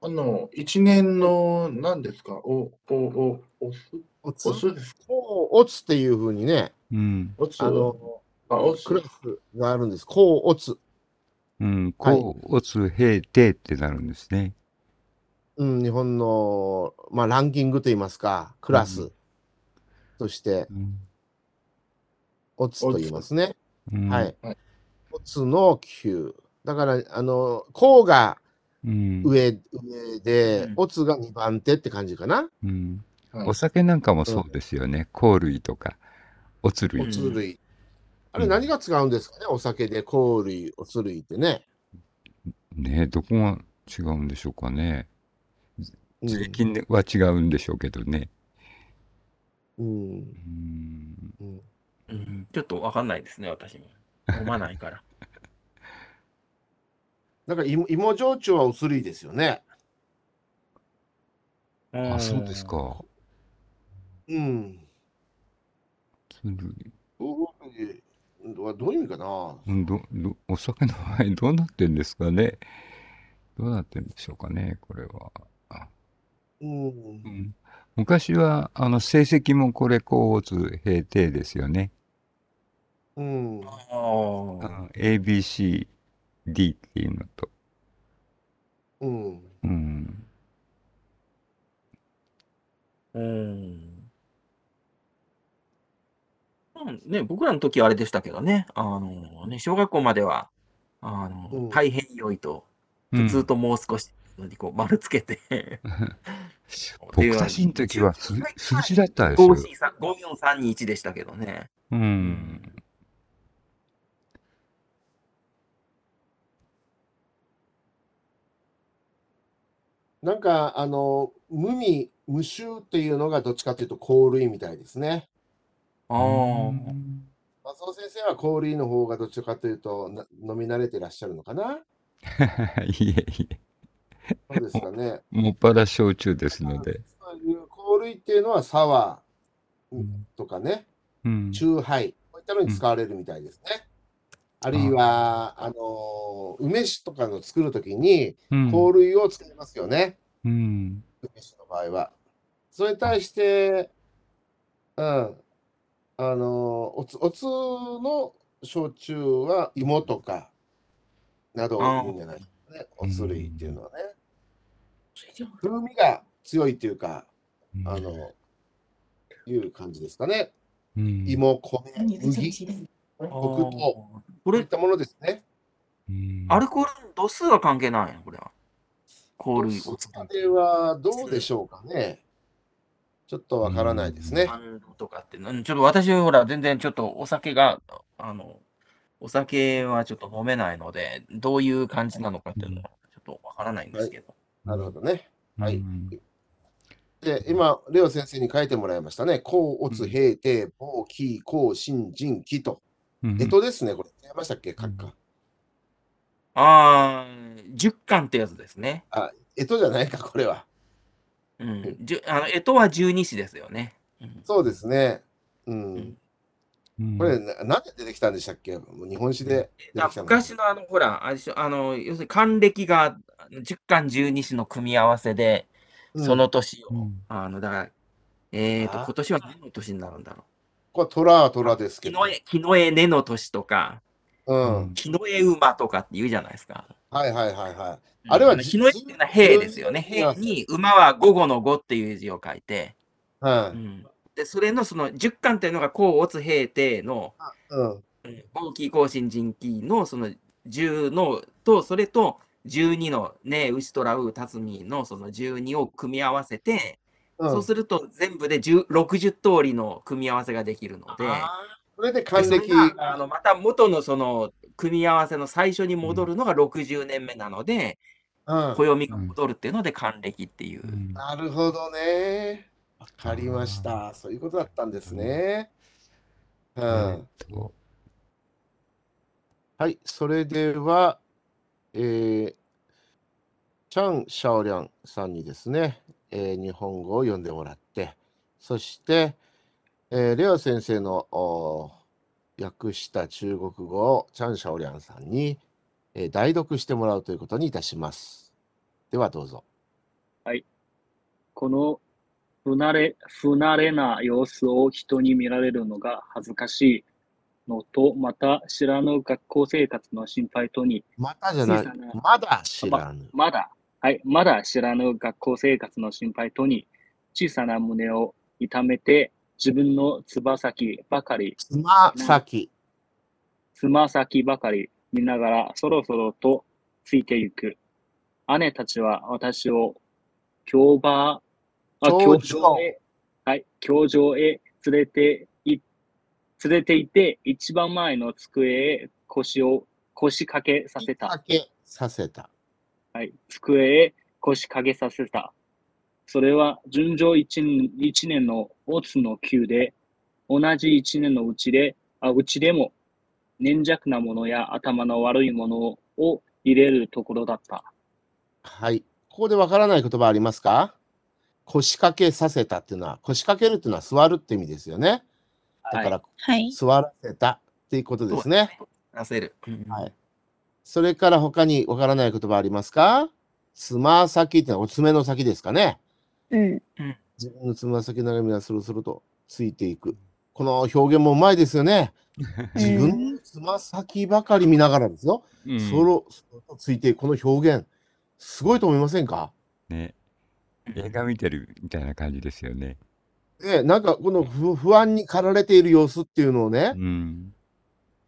あの、哦一年の何ですか哦お、お、お、おす、おつおすですかこうおつっていうふうにね、うん、おつあの、あ、おすクラスがあるんです。こうおつ。うん、はいこう、おつ、へい、てってなるんですね。うん、日本の、まあ、ランキングといいますか、クラスとして、うんおつと言いますね。うんはい。はいおつの級。だから、あの、こうがうん上、上でうん、おつが2番手って感じかな。うんはいお酒なんかもそうですよね。香類とか、おつお類。つ類。あれ、何が違うんですかね、お酒で、香類、おつ類ってね。ねどこが違うんでしょうかね。うん税金は違うんでしょうけどね。うんう。んうんうんちょっとわかんないですね、私も。飲まないから。なんか芋、芋焼酎はおつ類ですよね。 <laughs> あ、そうですか。うん。つるおつ類はどういう意味かな。うんどどお酒の場合どうなってんですかね。どうなってんでしょうかね、これは。うんう。ん昔は、あの、成績もこれ、こう、おつ、平定ですよね。うん。あー。あの ABCD っていうのと。うん。うん。うん。うんね、僕らの時はあれでしたけどね、あのね、小学校までは、あの、うん大変良いと、普通ともう少しの <laughs> にこう丸つけて、僕たちの時は数数字だったんですよ。 543 54321でしたけどね。うん。なんか、あの、無味、無臭っていうのがどっちかというと香類みたいですね。ああ、松尾先生は香類の方がどっちかというとな飲み慣れてらっしゃるのかな <laughs> いえいえ、そうですかね。もっぱら焼酎ですので。 <laughs> そういう香類っていうのはサワうんーとかね、うんチューハイ、こういったのに使われるみたいですね。あるいは、あの、梅酒とかの作るときにうん香類を使いますよね。うん梅酒の場合は。それに対して、うん、あの、おつ、おつの焼酎は芋とか、などを言うんじゃないですかね。おつ類っていうのはね。風味が強いっていうか、あの、いう感じですかね。うん芋、米、麦、黒糖、ここういっれ、たものですね。うんアルコールの度数は関係ないの、これは。香類そをこまではどうでしょうかね。ちょっとわからないですね。何度とかって、うんちょっと私、ほら、全然ちょっとお酒が、あの、お酒はちょっと飲めないので、どういう感じなのかっていうのは、ちょっとわからないんですけど。なるほどね。はいうんで、今、レオ先生に書いてもらいましたね。こう、おつ、へい、てい、ぼう、き、こう、しん、じん、きと。うんえとですね、これ。違いましたっけ書くうか。ああ、10巻ってやつですね。えとじゃないか、これは。うん。じゅあの、えとは十二子ですよね。うんそうですね。うん。うんこれ、ななんで出てきたんでしたっけ日本史で出てだきたからの。昔のあの、ほら、あれでしょあの、要するに還暦が10巻十二子の組み合わせで、うんその年を、うんあの、だから、えっ、と、あー今年は何の年になるんだろう。これは虎は虎ですけ木どの。絵、木の絵根の年とか、うん。木の絵馬とかって言うじゃないですか。はいはいはいはい。うんあれはのじ日の入ってな兵ですよね。じ兵に馬は午後の午っていう字を書いて、はうい。んでそれのその十巻っていうのが甲乙平定のうん。うん大きい甲信人気のその10のとそれと12のね牛とらう辰巳のその12を組み合わせて、うん、そうすると全部で10 60通りの組み合わせができるので。それでで還それ暦。があのまた元のその組み合わせの最初に戻るのが60年目なので、うん。暦が戻るっていうので還暦っていう。うんなるほどね。わかりました。そういうことだったんですね。うえんー。っとはい、それでは、えー、チャン・シャオリャンさんにですね、えー日本語を読んでもらって、そして、えーレオ先生のおー訳した中国語をチャン・シャオリャンさんに、えー代読してもらうということにいたします。ではどうぞ。この不慣れ、不慣れな様子を人に見られるのが恥ずかしいのと、また知らぬ学校生活の心配とに、またじゃない小さな、まだ知らぬ。まだ、はい、まだ知らぬ学校生活の心配とに、小さな胸を痛めて、自分のつば先ばかり、つま先。つま先ばかり見ながら、そろそろとついていく。姉たちは私を、教場、あ教場教場へ、はい、教場へ連れてい、連れて行って、一番前の机へ腰を、腰掛けさせた。かけさせた。はい、机へ腰掛けさせた。それは順序一年一年のオツの級で、同じ一年のうちで、あうちでも粘弱なものや頭の悪いものを入れるところだった。はい。ここでわからない言葉ありますか腰掛けさせたっていうのは、腰掛けるっていうのは座るって意味ですよね。だから、はい。座らせたっていうことですね。出せる。うんはいそれから他にわからない言葉ありますかつま先っていうのはお爪の先ですかね。うん。自分のつま先並みがスルスルとついていく。この表現もうまいですよね。自分のつま先ばかり見ながらですよ。うんそろそろとついていく。この表現、すごいと思いませんかね映画見てるみたいな感じですよね。ね、なんかこの不不安に駆られている様子っていうのをね、うん。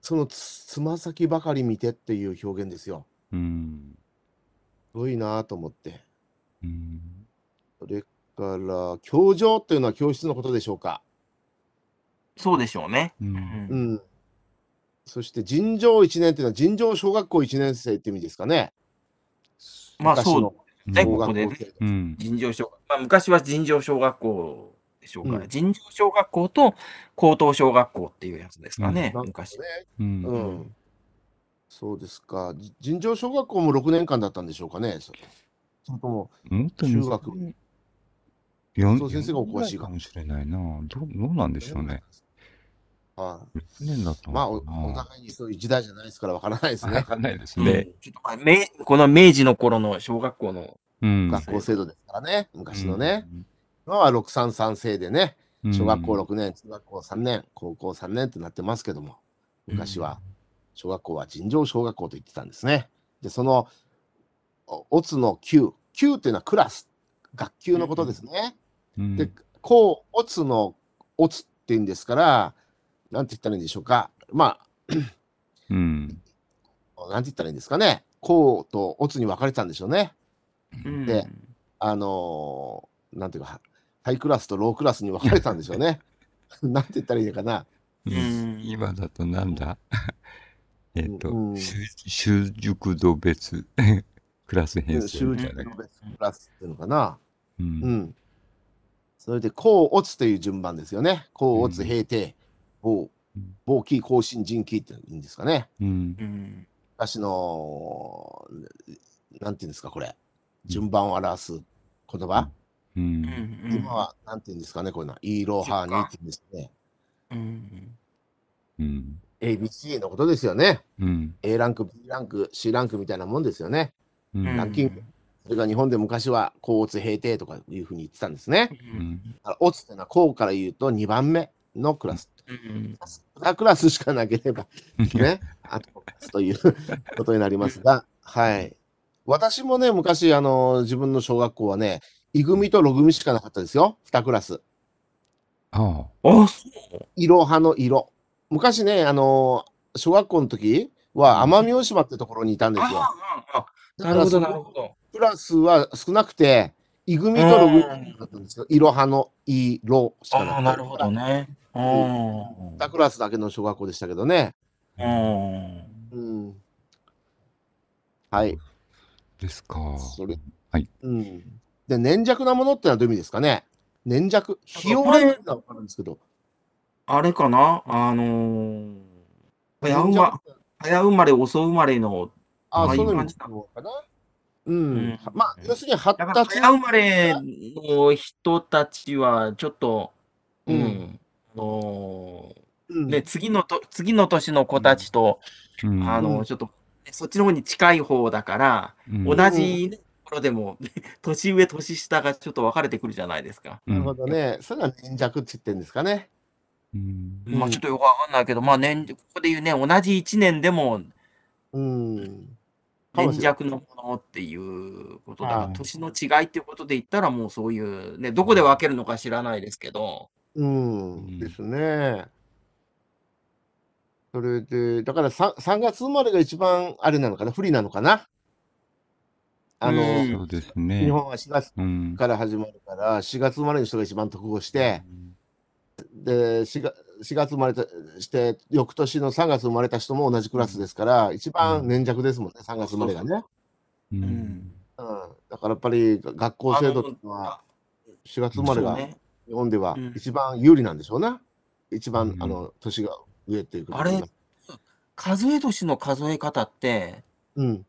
そのつつま先ばかり見てっていう表現ですよ。うん。すごいなと思って。うん。それから、教場っていうのは教室のことでしょうか。そうでしょうね。う。うんうんん。そして、尋常1年っていうのは、尋常小学校1年生って意味ですかね。まあそうのね小こ学こで校ね生。うん。尋常小学まあ、昔は尋常小学校でしょうから、うん尋常小学校と高等小学校っていうやつですかね、うん昔。うん。ううんん。そうですか。じ尋常小学校も6年間だったんでしょうかね。そそれとも、もっと中学。四そう先生がお詳しいかかもしれないな。どうどうなんでしょうね。。はい。 6年だと。まあ、おお互いにそういう時代じゃないですからわからないですねわ。かんないですうんね。ちょっとまあ明この明治の頃の小学校の、うん。学校制度ですからね、昔のね。今は633制でね、うん。小学校6年、中学校3年、高校3年ってなってますけども、昔は小学校は尋常小学校と言ってたんですね。で、その、おオツの9、9っていうのはクラス、学級のことですね。うん。で、こう、オツのオツっていうんですから、なんて言ったらいいんでしょうか。まあ、うん。なんて言ったらいいんですかね。こうとオツに分かれてたんでしょうね。うんであのーなんていうか、ハハイクラスとロークラスに分かれたんでしょうね。 <laughs> なんて言ったらいいのかな。うん今だとなんだえっとう、ん習習熟度別 <laughs> クラス編成習み字たいのな。ベストクラスっていうのかな。う。うんん。それで、こう、おつという順番ですよね。こう、おうつ、ん平定、棒うん、棒期、更新、人期っていうんですかね。うんう。ん昔の、なんていうんですか、これ。順番を表す言葉。う。うんん今は、なんていうんですかね、こういうのは。イーロハーニーっていうんですね。うんうん。 ABC のことですよね。うん。 A ランク、B ランク、C ランクみたいなもんですよね。ううんんランキングそれが日本で昔は、甲乙平定とかいうふうに言ってたんですね。ううんんあ乙っていうのは、甲から言うと2番目のクラス。うん <laughs> 2クラスしかなければ、ね、あと、ということになりますが、はい。私もね、昔、あの、自分の小学校はね、い組とろ組しかなかったですよ。2クラス。ああ、あ、そう。いろはの色。昔ね、あの、小学校の時は奄美大島ってところにいたんですよ。ああ、ああだかならるほそど、のなるほど。クラスは少なくて、い組とろ組だったんですよ。いろはの色しかなああ、くて。なるほどね。うん。 2クラスだけの小学校でしたけどね。うん。うん。はい。ですか。それはい。うん。で、粘着なものってのはどういう意味ですかね粘着。ひよこれれなわかるんですけど。あれかなあのー、早生粘ま着早生まれ、遅生まれの、あ、まあそういいうう感感じじななののかな。うん。うんまあ、要するに発だから達。早生まれの人たちは、ちょっと、うん、あのうーんね、次のと、次の年の子たちと、うんあのうんー、ちょっと、ねそっちの方に近い方だから、うん同じねところでも、年上、年下がちょっと分かれてくるじゃないですか。うんなるほどね。それは粘着って言ってるんですかね。うんうんまあちょっとよくわかんないけど、まあ年、ここで言うね、同じ1年でもうん。かもしれない年弱のものっていうことだかああら、年の違いっていうことで言ったら、もうそういう、ね、どこで分けるのか知らないですけど、うん。うんですね。それで、だから 3, 3月生まれが一番あれなのかな、不利なのかな。あの、うんそうです日ね。本は4月うん。から始まるから、4月生まれの人が一番得をして、で 4, が4月生まれたして、翌年の3月生まれた人も同じクラスですから、一番粘着ですもんね、3月生まれがね。うんうんうん、だからやっぱりが学校制度っていうのは、4月生まれそうがね、日本ではうん一番有利なんでしょうな、一番、うんあの年が上っていうことあれになる数え年の数え方って、うん、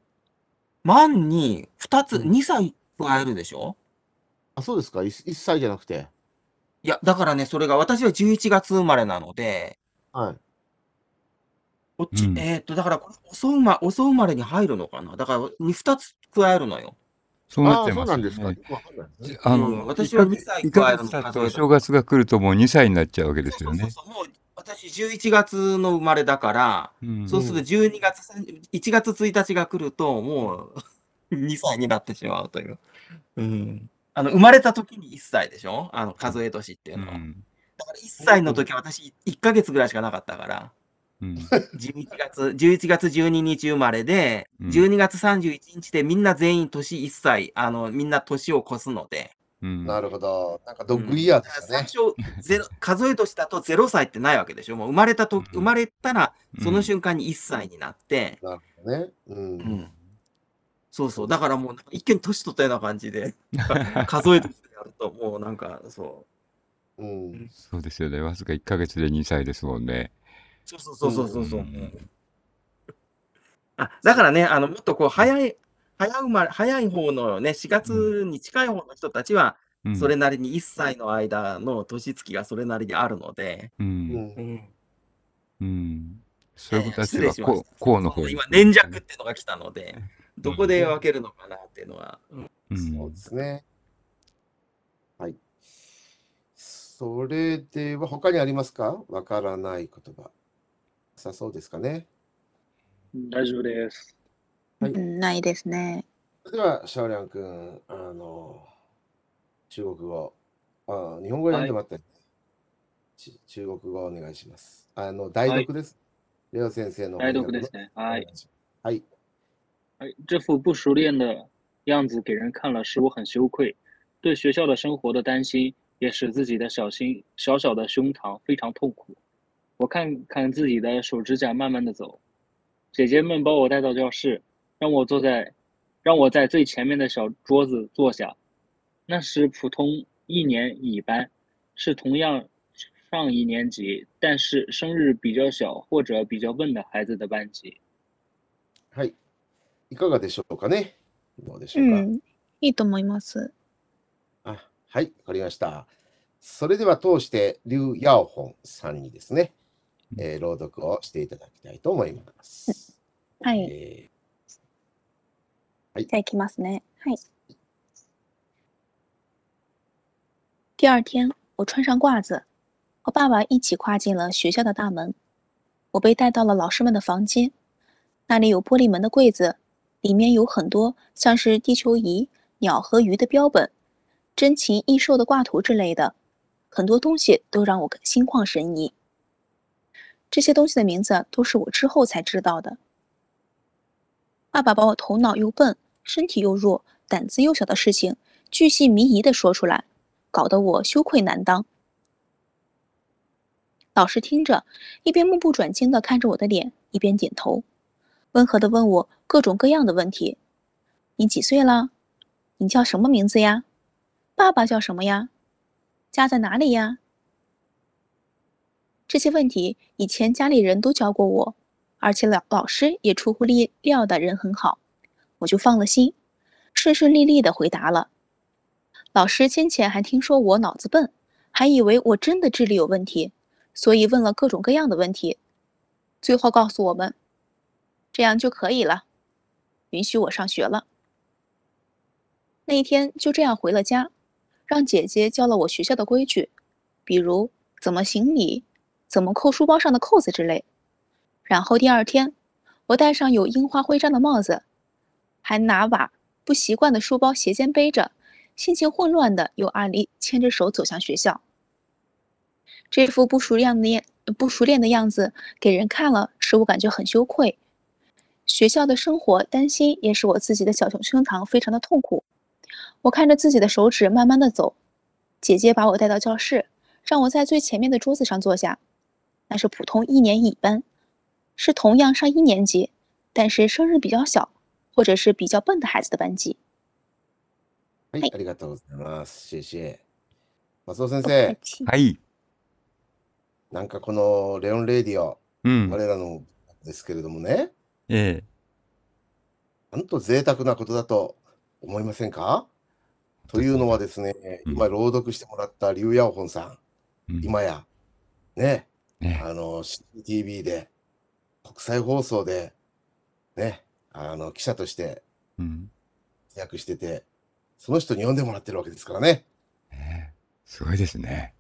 万に2つ、うん2歳加えるでしょあそうですか 1, 歳じゃなくて、いや、だからね、それが私は11月生まれなので、はい、こっち、うんえーっと、だから、これ遅生ま、遅生まれに入るのかなだから、に2つ加えるのよ。そうあなっあてーそうますなよんねですか、よくわかんないですねじあうんの、私は一ヶ2歳一加えヶる月経の数っえてたお正月が来るともう2歳になっちゃうわけですそようそうね。そうそう。もう私11月の生まれだから、うんそうすると12月さん、1月1日が来ると、もう <laughs> 2歳になってしまうという。うん。あの、生まれた時に1歳でしょあの、数え年っていううのは。んだから1歳の時は私1ヶ月ぐらいしかなかったから、うん11月、11月12日生まれで、うん12月31日でみんな全員年1歳、あの、みんな年を越すので、うん <laughs> なるほど、なんかドッグイヤーでした最ね。初 <laughs> ゼロ数え年だと0歳ってないわけでしょもう生まれたとうん生まれたらうんその瞬間に1歳になって、なるほどね、うんうんそうそうだからもうなんか一見年取ったような感 <laughs> じで数え年でやるともうなんかそううんそうですよね。わずか1ヶ月で2歳ですもんね。そうそうそうそうそうそう、うんうんあだからねあのもっとこう早い早生まれ早い方のね4月に近い方の人たちはうんそれなりに1歳の間の年月がそれなりにあるので、う。うんんうん。そういう子たちええは失礼しまこしう、こうの方そうに今粘着っていうのが来たので、どこで分けるのかなっていうのは、うんそうですね。はい。それでは他にありますかわからない言葉。なさそうですかね。大丈夫です。はいうんないですね。では、シャオリャン君、あの、中国語、あ日本語読んで待って、ち中国語お願いします。あの、代読です。レオ先生の代読ですね。ね。はい。はい。哎，这副不熟练的样子给人看了，使我很羞愧。对学校的生活的担心，也使自己的小心小小的胸膛非常痛苦。我看看自己的手指甲慢慢的走，姐姐们把我带到教室，让我坐在，让我在最前面的小桌子坐下。那时普通一年乙班，是同样上一年级，但是生日比较小或者比较笨的孩子的班级。はい。いかがでしょうかねどうでしうょうか、ん、いいと思います。あはい、わかりました。それでは通して、リュウ・ヤオホンさんにですね、えー朗読をしていただきたいと思います。はい、じえゃあいきますね。はい。第二天，我穿上褂子，和爸爸一起跨进了学校的大门。我被带到了老师们的房间，那里有玻璃门的柜子，里面有很多像是地球仪、鸟和鱼的标本、珍奇异兽的挂图之类的，很多东西都让我心旷神怡。这些东西的名字啊都是我之后才知道的。爸爸把我头脑又笨、身体又弱、胆子又小的事情巨细靡遗地说出来，搞得我羞愧难当。老师听着，一边目不转睛地看着我的脸，一边点头，温和地问我各种各样的问题：“你几岁啦？你叫什么名字呀？爸爸叫什么呀？家在哪里呀？”这些问题以前家里人都教过我，而且老老师也出乎意料的人很好，我就放了心，顺顺利利的回答了。老师先前还听说我脑子笨，还以为我真的智力有问题，所以问了各种各样的问题，最后告诉我们，这样就可以了，允许我上学了。那一天就这样回了家，让姐姐教了我学校的规矩，比如怎么行礼。怎么扣书包上的扣子之类。然后第二天，我戴上有樱花徽章的帽子，还拿把不习惯的书包斜肩背着，心情混乱的由阿离牵着手走向学校。这副不熟样的样不熟练的样子给人看了，使我感觉很羞愧。学校的生活担心也使我自己的小胸胸膛非常的痛苦。我看着自己的手指慢慢的走，姐姐把我带到教室，让我在最前面的桌子上坐下。那是普通一年一班，是同样上一年级，但是生日比较小，或者是比较笨的孩子的班级。はい、はいありがとうございます。シェイシェイ。松尾先生、はい。なんかこのレオンレディオ、うん。我らのですけれどもね、ええ。なんと贅沢なことだと思いませんかというのはですね、うん今朗読してもらったリュウヤオホンさうんん、今や、ね、ねあの、CCTV で、国際放送で、ね、あの、記者としてうん。役してて、その人に読んでもらってるわけですからね。ねえすごいですね。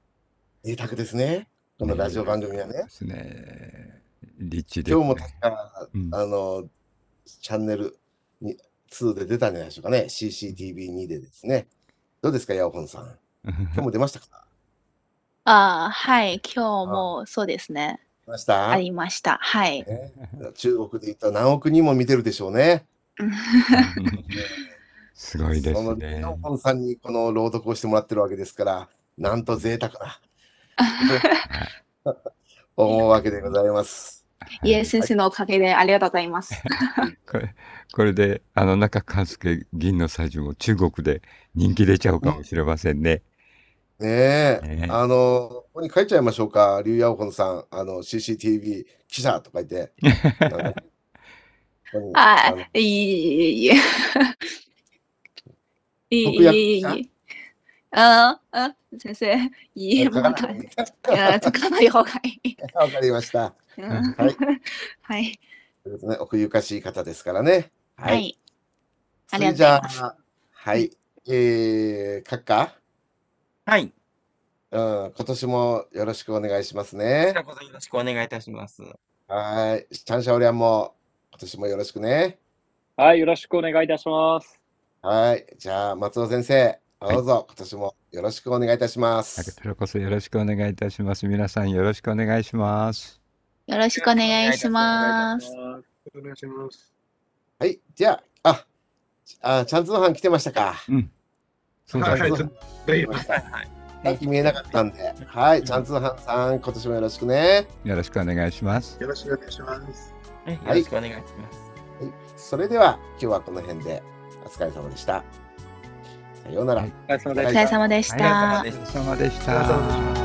贅沢ですね。このラジオ番組はねで。すね。リッチで。今日も確か、うんあの、チャンネルに2で出たんじゃないでしょうかね。CCTV2 でですね。どうですか、ヤオホンさん。今日も出ましたかあー啊はい、今日もそうですね。出ましたありました。はい。中国で言ったら何億人も見てるでしょうね。すごいでそすのねヤ。オホンさんにこの朗読をしてもらってるわけですから、なんと贅沢 <laughs> な。思うわけでございます。いえ、先生のおかげでありがとうございます。これこれであの中勘介銀のサジも中国で人気出ちゃうかもしれませんね。ねえ、ねえあの、ここに書いちゃいましょうか、リュウ・ヤオホンさん、あの、CCTV 記者とか言 <laughs> って。なんかここにああのー <laughs> いいいいいいいいいい僕やっいいいいあーあ先生いい書もうかななんかいあー書かない方がいい。わかりました。うんん <laughs> はいはい。そうですね、奥ゆかしい方ですからね。は。はいい。そあれりじがゃとうございあ、はい。えー、書くかはい。うん、今年もよろしくお願いしますねこち。らこそよろしくお願いいたします。はーい。チャンシャオリアンも今年もよろしくね。はい、よろしくお願いいたします。はーい。じゃあ、松尾先生、どうぞ今年もよろしくお願いいたします。こちらこそよろしくお願いいたします。皆さんよろしくお願いします。ます。よろしくお願いします。呃お願いします。はい、じゃあ、あ、あ、チャンツーハン来てましたか。うん。そうだ、はいはいそうだはいはいはい。さっき見えなかったんで、はい、チャンツーハンさん、今年もよろしくね。よろしくお願いします。よろしくお願いします。はいよろしくお願いします。はい、それでは、今日はこの辺で、お疲れ様でした。さようならはい。お疲れ様ですおはい疲れ様でした。お疲れ様でした。お疲れ様でした